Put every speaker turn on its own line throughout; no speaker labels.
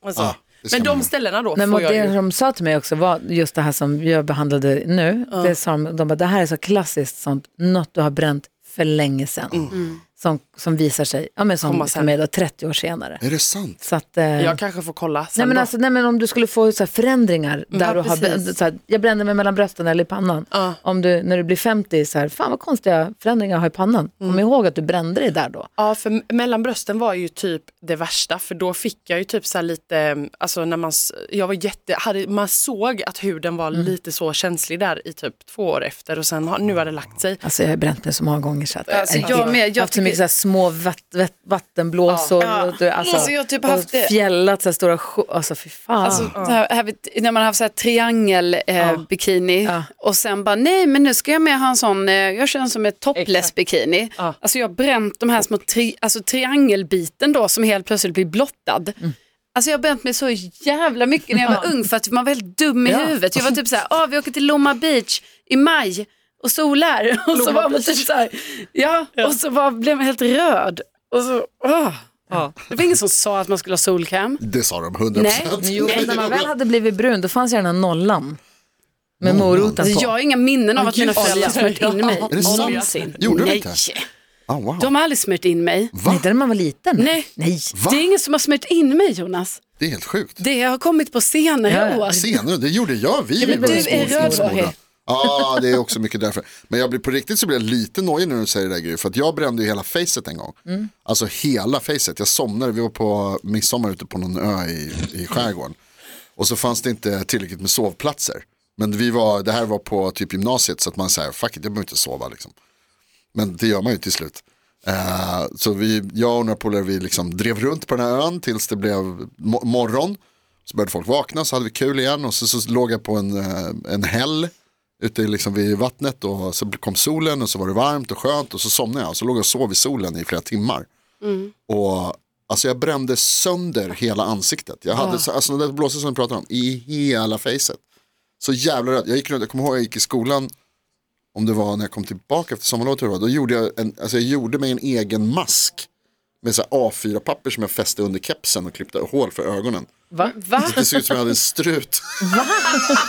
Alltså.
Ja, Ah, det ska
men de
man.
ställena då
Men
får
och
jag
det
ju...
de sa till mig också var just det här som jag behandlade nu. Det sa de, de bara, det här är så klassiskt sånt, något du har bränt för länge sedan. Som, som visar sig, ja men
Mm. Komma
som,
sen.
som är då 30 år senare.
Är det sant?
Så att, eh,
Jag kanske får kolla sen
nej, men
då.
alltså, nej men om du skulle få så här förändringar
Mm,
där
ja,
du har, bränt-
precis.
så här, jag brände mig mellan brösten eller i pannan.
Ja.
Om du, när du blir 50, så här, fan vad konstiga förändringar jag har i pannan.
Mm.
Kom ihåg att du brände dig där då.
Ja, för m- mellan brösten var ju typ det värsta för då fick jag ju typ så här lite, alltså när man, s- jag var jätte, hade, man såg att huden
Mm.
var lite så känslig där i typ två år efter och sen har, nu har det lagt sig.
Alltså jag har bränt mig så många gånger så att
Alltså, jag med. Jag
har haft så
tycker-
mycket så här små vatt, vatt, vattenblåsor.
Ja.
och du-
Alltså, jag har typ
och
haft det.
Fjällat så här stora sjo- Alltså fy fan.
Alltså, det här, här, vet- när man har haft så här triangel eh, bikini och sen bara nej men nu ska jag med ha en sån, eh, jag känner som ett topless bikini. Alltså jag har bränt de här små tri, alltså, triangelbiten då som helt plötsligt blir blottad. Alltså jag har bränt mig så jävla mycket när jag var ung för att man var helt dum i
Ja.
huvudet. Jag var typ så här, ah, vi åker till Lomma Beach i maj och solar. Och så var man typ så här, ja, och så var, blev man helt röd. Och så, ah. Det var ingen som sa att man skulle ha solkräm.
Det sa de 100%.
Nej.
jo, men när man väl hade blivit brun då fanns ju den här nollan. Med moroten
Alltså,
på.
jag har inga minnen av att mina föräldrar har smört in mig.
det sant?
Någonsin.
Gjorde de
Nej.
inte? Ah, wow.
De har aldrig smört in mig.
Va?
Nej, det är när man var liten.
Nej.
Nej.
Va?
Det är ingen som har smört in mig Jonas.
Det är helt sjukt.
Det har kommit på senare
Ja, ja.
år.
Senare, det gjorde jag. Vi
men
var
du
ju
är
små, små,
röd,
små.
Roger.
Ja, det är också mycket därför. Men jag blir på riktigt så blir jag lite nojig när du säger det där Gry, för att jag brände ju hela facet en gång.
Mm.
Alltså hela facet. Jag somnade, vi var på midsommar ute på någon ö i, i skärgården. Och så fanns det inte tillräckligt med sovplatser. Men vi var, det här var på typ gymnasiet så att man säger, fuck it, jag behöver inte sova liksom. Men det gör man ju till slut. Eh, så vi, jag och några polare vi liksom drev runt på den här ön tills det blev mo- morgon. Så började folk vakna, så hade vi kul igen och så, så låg jag på en, eh, en häll ute liksom vid vattnet och så kom solen och så var det varmt och skönt och så somnade jag och så låg jag och sov i solen i flera timmar. Och Alltså jag brände sönder hela ansiktet. Jag hade så, alltså den där blåsan som jag pratade om i hela facet. Så jävla röd. Jag gick runt, jag kommer ihåg jag gick i skolan, om det var när jag kom tillbaka efter sommarlovet, tror jag det var, då gjorde jag, en, alltså jag gjorde mig en egen mask med så här A4-papper som jag fäste under kepsen och klippte hål för ögonen.
Va?
Va?
Så det ser ut som jag hade en strut.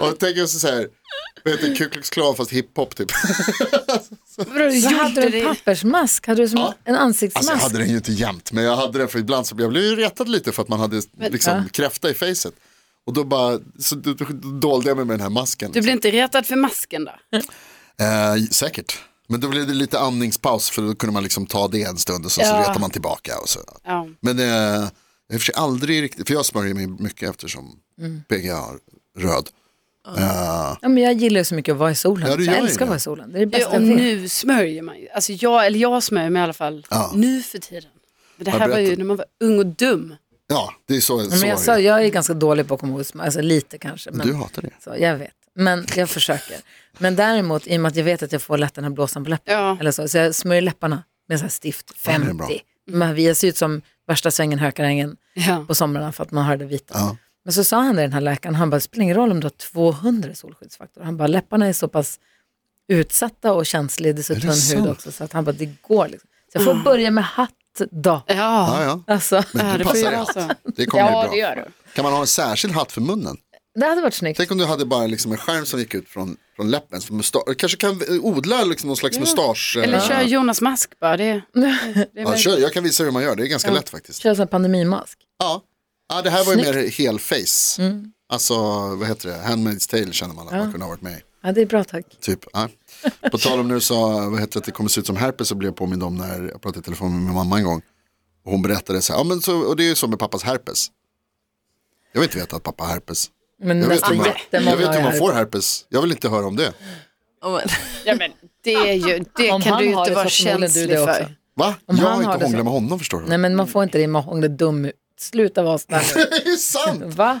och jag tänker så här, vad heter det, Ku Klux Klan fast hiphop typ.
Vadå, du
Så hade
gjorde
du en
det?
pappersmask? Hade du som
Ja.
en
Alltså
ansiktsmask?
jag hade den ju inte jämt, men jag hade den för ibland så blev jag blev ju retad lite för att man hade liksom
ja.
kräfta i facet. Och då bara, så då, då dolde jag mig med den här masken.
Du blev inte retad för masken då?
eh, säkert. Men då blev det lite andningspaus för då kunde man liksom ta det en stund och sen så
Ja.
retade man tillbaka. Och så.
Ja.
Men eh, jag har i och för sig aldrig riktigt, för jag smörjer mig mycket eftersom
Mm.
PGA har röd. Eh,
Ja, men jag gillar ju så mycket att vara i solen.
Ja, du gör
jag
ju
älskar att
det.
vara i solen. Det är det
Ja,
bästa
och
jag vet.
nu smörjer man ju. Alltså jag, eller jag smörjer mig i alla fall
Ja.
nu för tiden. Men det
Ja,
här var ju
berätta.
när man var ung och dum.
ja, det är så.
Ja,
så
men jag,
är
sa,
det.
jag är ganska dålig på att komma ihåg, sm- alltså lite kanske. Men,
Du hatar det.
så, jag vet, men jag försöker. Men däremot, i och med att jag vet att jag får lätt den här blåsan på läppen,
Ja.
eller så, så jag smörjer läpparna med så här stift
men det är
50.
bra.
Men vi ser ut som värsta svängen hökarängen
Ja.
på somrarna för att man har det vita.
Ja.
Men så sa han det, den här läkaren, han bara, det spelar ingen roll om du har 200 i solskyddsfaktor. Han bara, läpparna är så pass utsatta och känsliga, det är så
det
tunn
sant?
hud också, så att han bara, det går liksom. Så jag får börja med hatt då.
Ja,
Ja, ja.
Alltså,
Men
det
du
får
passar
jag
i
också.
hatt. Det kommer
ja det
bli bra.
gör du.
Kan man ha en särskild hatt för munnen?
det hade varit snyggt.
Tänk om du hade bara liksom en skärm som gick ut från, från läppen. Som musta- kanske kan eh, odla liksom någon slags mustasch. eh,
Eller kör Jonas mask bara. Det, det är
ja, kör. Jag kan visa hur man gör, det är ganska lätt faktiskt.
Kör en sån här pandemimask.
Ja. ja, det här var ju mer helface. Alltså, vad heter det? Handmaid's tale känner man att man kunde ha varit med i.
Mm. Ja, det är bra tack.
Typ, ja. På tal om nu sa, vad heter det, att det kommer se ut som herpes så blev jag påmind om när jag pratade i telefon med min mamma en gång. Och hon berättade så här, ja men så, och det är ju så med pappas herpes. Jag vill inte veta att pappa har herpes.
Men
Jag vet,
nästan
hur man,
jättemånga
jag vet hur
har
man
det.
får herpes, jag vill inte höra om det.
Ja, men-
Ja, men det är ju, det
Om
kan
han
du ju
har
inte
det
vara
så förmodligen
känslig
du det också.
för.
Va?
Om
jag
han
har
har
inte
det så-
hånglat med honom förstår du.
Nej men man får inte det med hånglet dum ut. Sluta vara snäll.
Det är sant,
Va?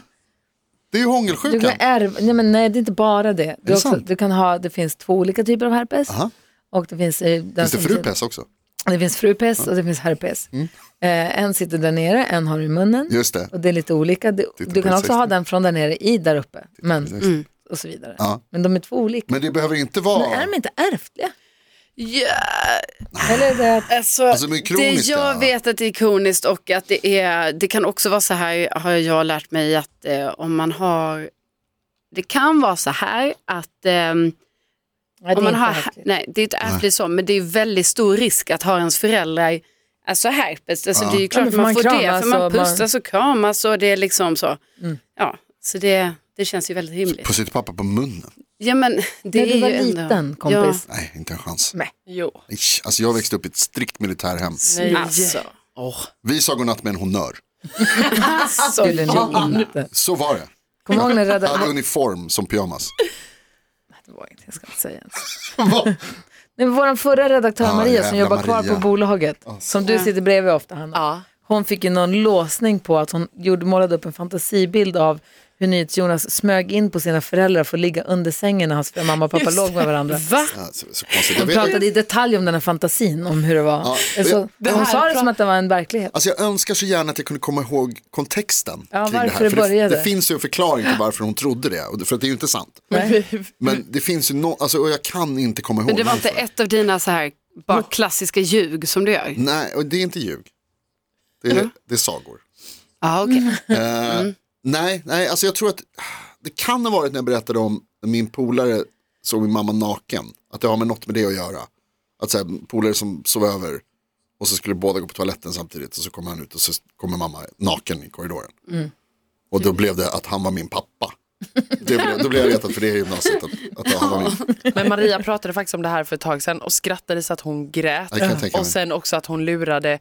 det är ju
Du
hångelsjukan.
kan ärva, nej men nej det är inte bara det. Du,
det
också,
sant?
du kan ha, det finns två olika typer av herpes.
Aha.
Och det finns, eh, den
Finns
som-
det frupes också?
Det finns frupest och det finns herpes. Eh, en sitter där nere, en har du i munnen.
Just det.
Och det är lite olika. Du,
Titta
du
på
kan också ha
sexton.
den från där nere i där uppe. Men,
sexton.
mm, och så vidare.
Ja.
Men de är två olika.
Men det behöver inte vara...
Men är de inte ärftliga?
Ja,
Eller är det att,
Alltså,
Alltså, de är
det
kroniska.
jag vet att det är kroniskt och att det är, det kan också vara så här, har jag lärt mig att eh, om man har, det kan vara så här att ehm,
nej, det
om
är
man
inte
har,
ärftligt.
nej det är inte ärftligt så, men det är väldigt stor risk att ha ens föräldrar Alltså herpes, alltså det är ju klart
men för
man,
man
får det,
kramas
för man
och Mm. man-
pustas och kramas och det är liksom så. Ja, så det, det känns ju väldigt rimligt.
På sitt pappa på munnen?
Ja men det
När du
är
var
ju ändå...
liten, kompis.
Nej, inte en chans.
Jo.
Nej, Alltså jag växte upp i ett strikt militärhem.
Nej.
Ja, alltså.
Vi sa godnatt med en honnör.
Alltså,
Så skulle ni inte.
Så var det.
Kom ihåg när
Jag hade
rädda...
uniform som pyjamas.
Det var inte, jag ska inte säga ens.
Va?
Nej, men vår förra redaktör
Ja,
Maria som
jävla
jobbar kvar
Maria.
på bolaget, som du sitter bredvid ofta Hanna,
Ja.
hon fick ju någon låsning på att hon gjorde, målade upp en fantasibild av hur NyhetsJonas smög in på sina föräldrar för att ligga under sängen när hans mamma och pappa låg med varandra. Va?
Alltså, så konstigt. Jag,
Hon
vet,
pratade i detalj om den här fantasin, om hur det var.
Ja,
Eh, Så,
det
hon
här
sa det
pra-
som att det var en verklighet.
alltså jag önskar så gärna att jag kunde komma ihåg kontexten.
Ja,
kring det
varför det
här. För det,
började.
det finns ju en förklaring till varför hon trodde det. och det- För att det är ju inte sant.
Nej.
Men det finns ju no, alltså, och jag kan inte komma ihåg.
Men det var inte
varför.
ett av dina så här bara
Mm.
klassiska ljug som du gör?
Nej, och det är inte ljug. Det är, det är sagor.
Ja, Ah, okej.
Eh, Nej, nej, alltså jag tror att det kan ha varit när jag berättade om när min polare såg min mamma naken. Att det har med något med det att göra. Att så här, polare som sov över och så skulle båda gå på toaletten samtidigt och så kommer han ut och så kommer mamma naken i korridoren. Och då blev det att han var min pappa. Det blev, då blev jag retad för det i gymnasiet. Att, att han var min,
Men Maria pratade faktiskt om det här för ett tag sedan och skrattade så att hon grät.
Ja, det kan jag tänka mig.
Och sen också att hon lurade,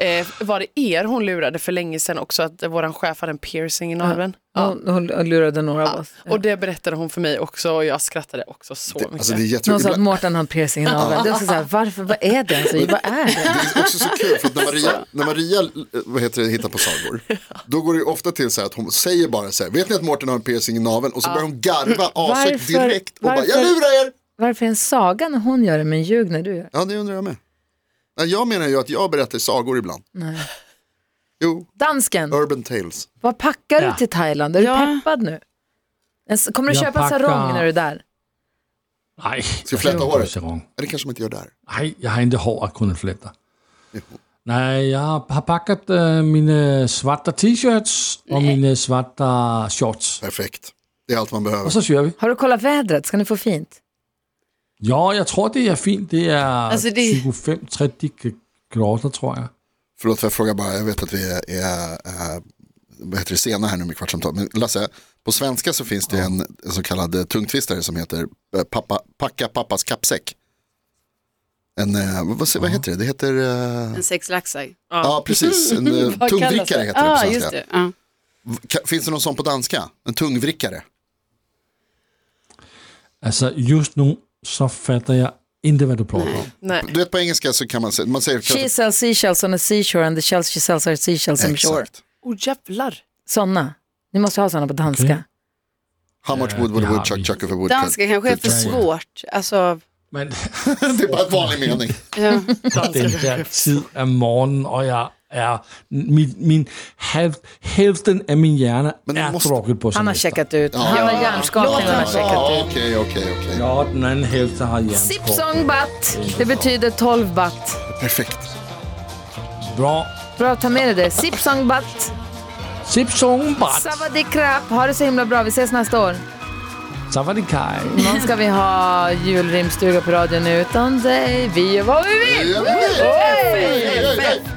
eh, var det er hon lurade för länge sedan också att våran chef hade en piercing i naveln? Ja.
Hon, hon lurade några av oss.
Och det berättade hon för mig också och jag skrattade också så mycket.
alltså det är
Någon sa
jätteroligt.
att Mårten har en piercing i naveln. Det är också så här, varför, vad är det? Alltså, vad är det?
Det är också så kul för att när Maria, när Maria eh, vad heter det, hittar på sagor, då går det ju ofta till så här att hon säger bara så här, vet ni att Mårten har en piercing i naveln? Och så börjar hon garva ashögt
Varför-
direkt och bara, jag
varför-
lurar er!
Varför är en saga när hon gör det men ljug när du gör det?
Ja, det undrar jag med. Nej, Jag menar ju att jag berättar sagor ibland.
Nej.
Jo,
Dansken,
urban tales.
vad packar du
Ja.
till Thailand? Är
Ja.
du peppad nu? En s- Kommer du
Jag
köpa en
packar-
sarong när du är där?
Nej.
jag fläta håret?
Sarong.
Men det kanske man inte gör där.
Nej, jag har inte hår att kunna flätta. Nej, jag har packat äh, mina svarta t-shirts och mina svarta shorts.
Perfekt. Det är allt man behöver.
Och så kör vi.
Har du kollat vädret? Ska ni få fint?
Ja, jag tror det är fint. Det är
Altså, det-
25-30 grader tror jag.
Förlåt för jag frågar bara, jag vet att vi är, är äh, vad heter det, sena här nu med kvartsamtal. Men Lasse, på svenska så finns det en, en så kallad eh, tungtvistare som heter eh, pappa, Packa pappas kappsäck. En, eh, vad, vad, vad heter det? Det heter, eh,
En sex laxar.
ja precis, en eh,
Vad kallas
tungvrickare heter det
ah,
på svenska.
just det. Ja.
Ka- Finns det någon sån på danska? En tungvrickare?
Alltså just nu så fattar jag inte vad du pratar om.
Nej.
Du vet på engelska så kan man säga, man säger
She sells seashells on the seashore and the shells she sells are seashells on the shore.
exakt.
Oh jävlar.
Sådana. Ni måste ha sådana på danska.
Okej.
How much wood would a
Ja,
woodchuck
vi-
chuck of a woodchuck?
Danska kanske är för
woodchuck?
svårt. Alltså,
Men
Det är bara en vanlig mening.
ja.
den där tid af morgenen och jag är, min, min halv, hälften av min hjärna
Men du
är
måste-
druckit på
Han har
semester.
checkat ut. Han har hjärnskakning. Han har checkat ut.
Ja, Okej, okej, okej.
Ja, den andra hälften har hjärnskakning.
Sipsong batt. Det betyder 12 batt.
Perfekt.
Bra.
Bra, ta med dig det. Sipsong batt.
Sipsong bart.
Savadikrap. Ha det så himla bra. Vi ses nästa år.
Savadikaj.
Imorgon ska vi ha julrimstuga på radion utan dig. Vi gör vad vi vill.
Ja, men-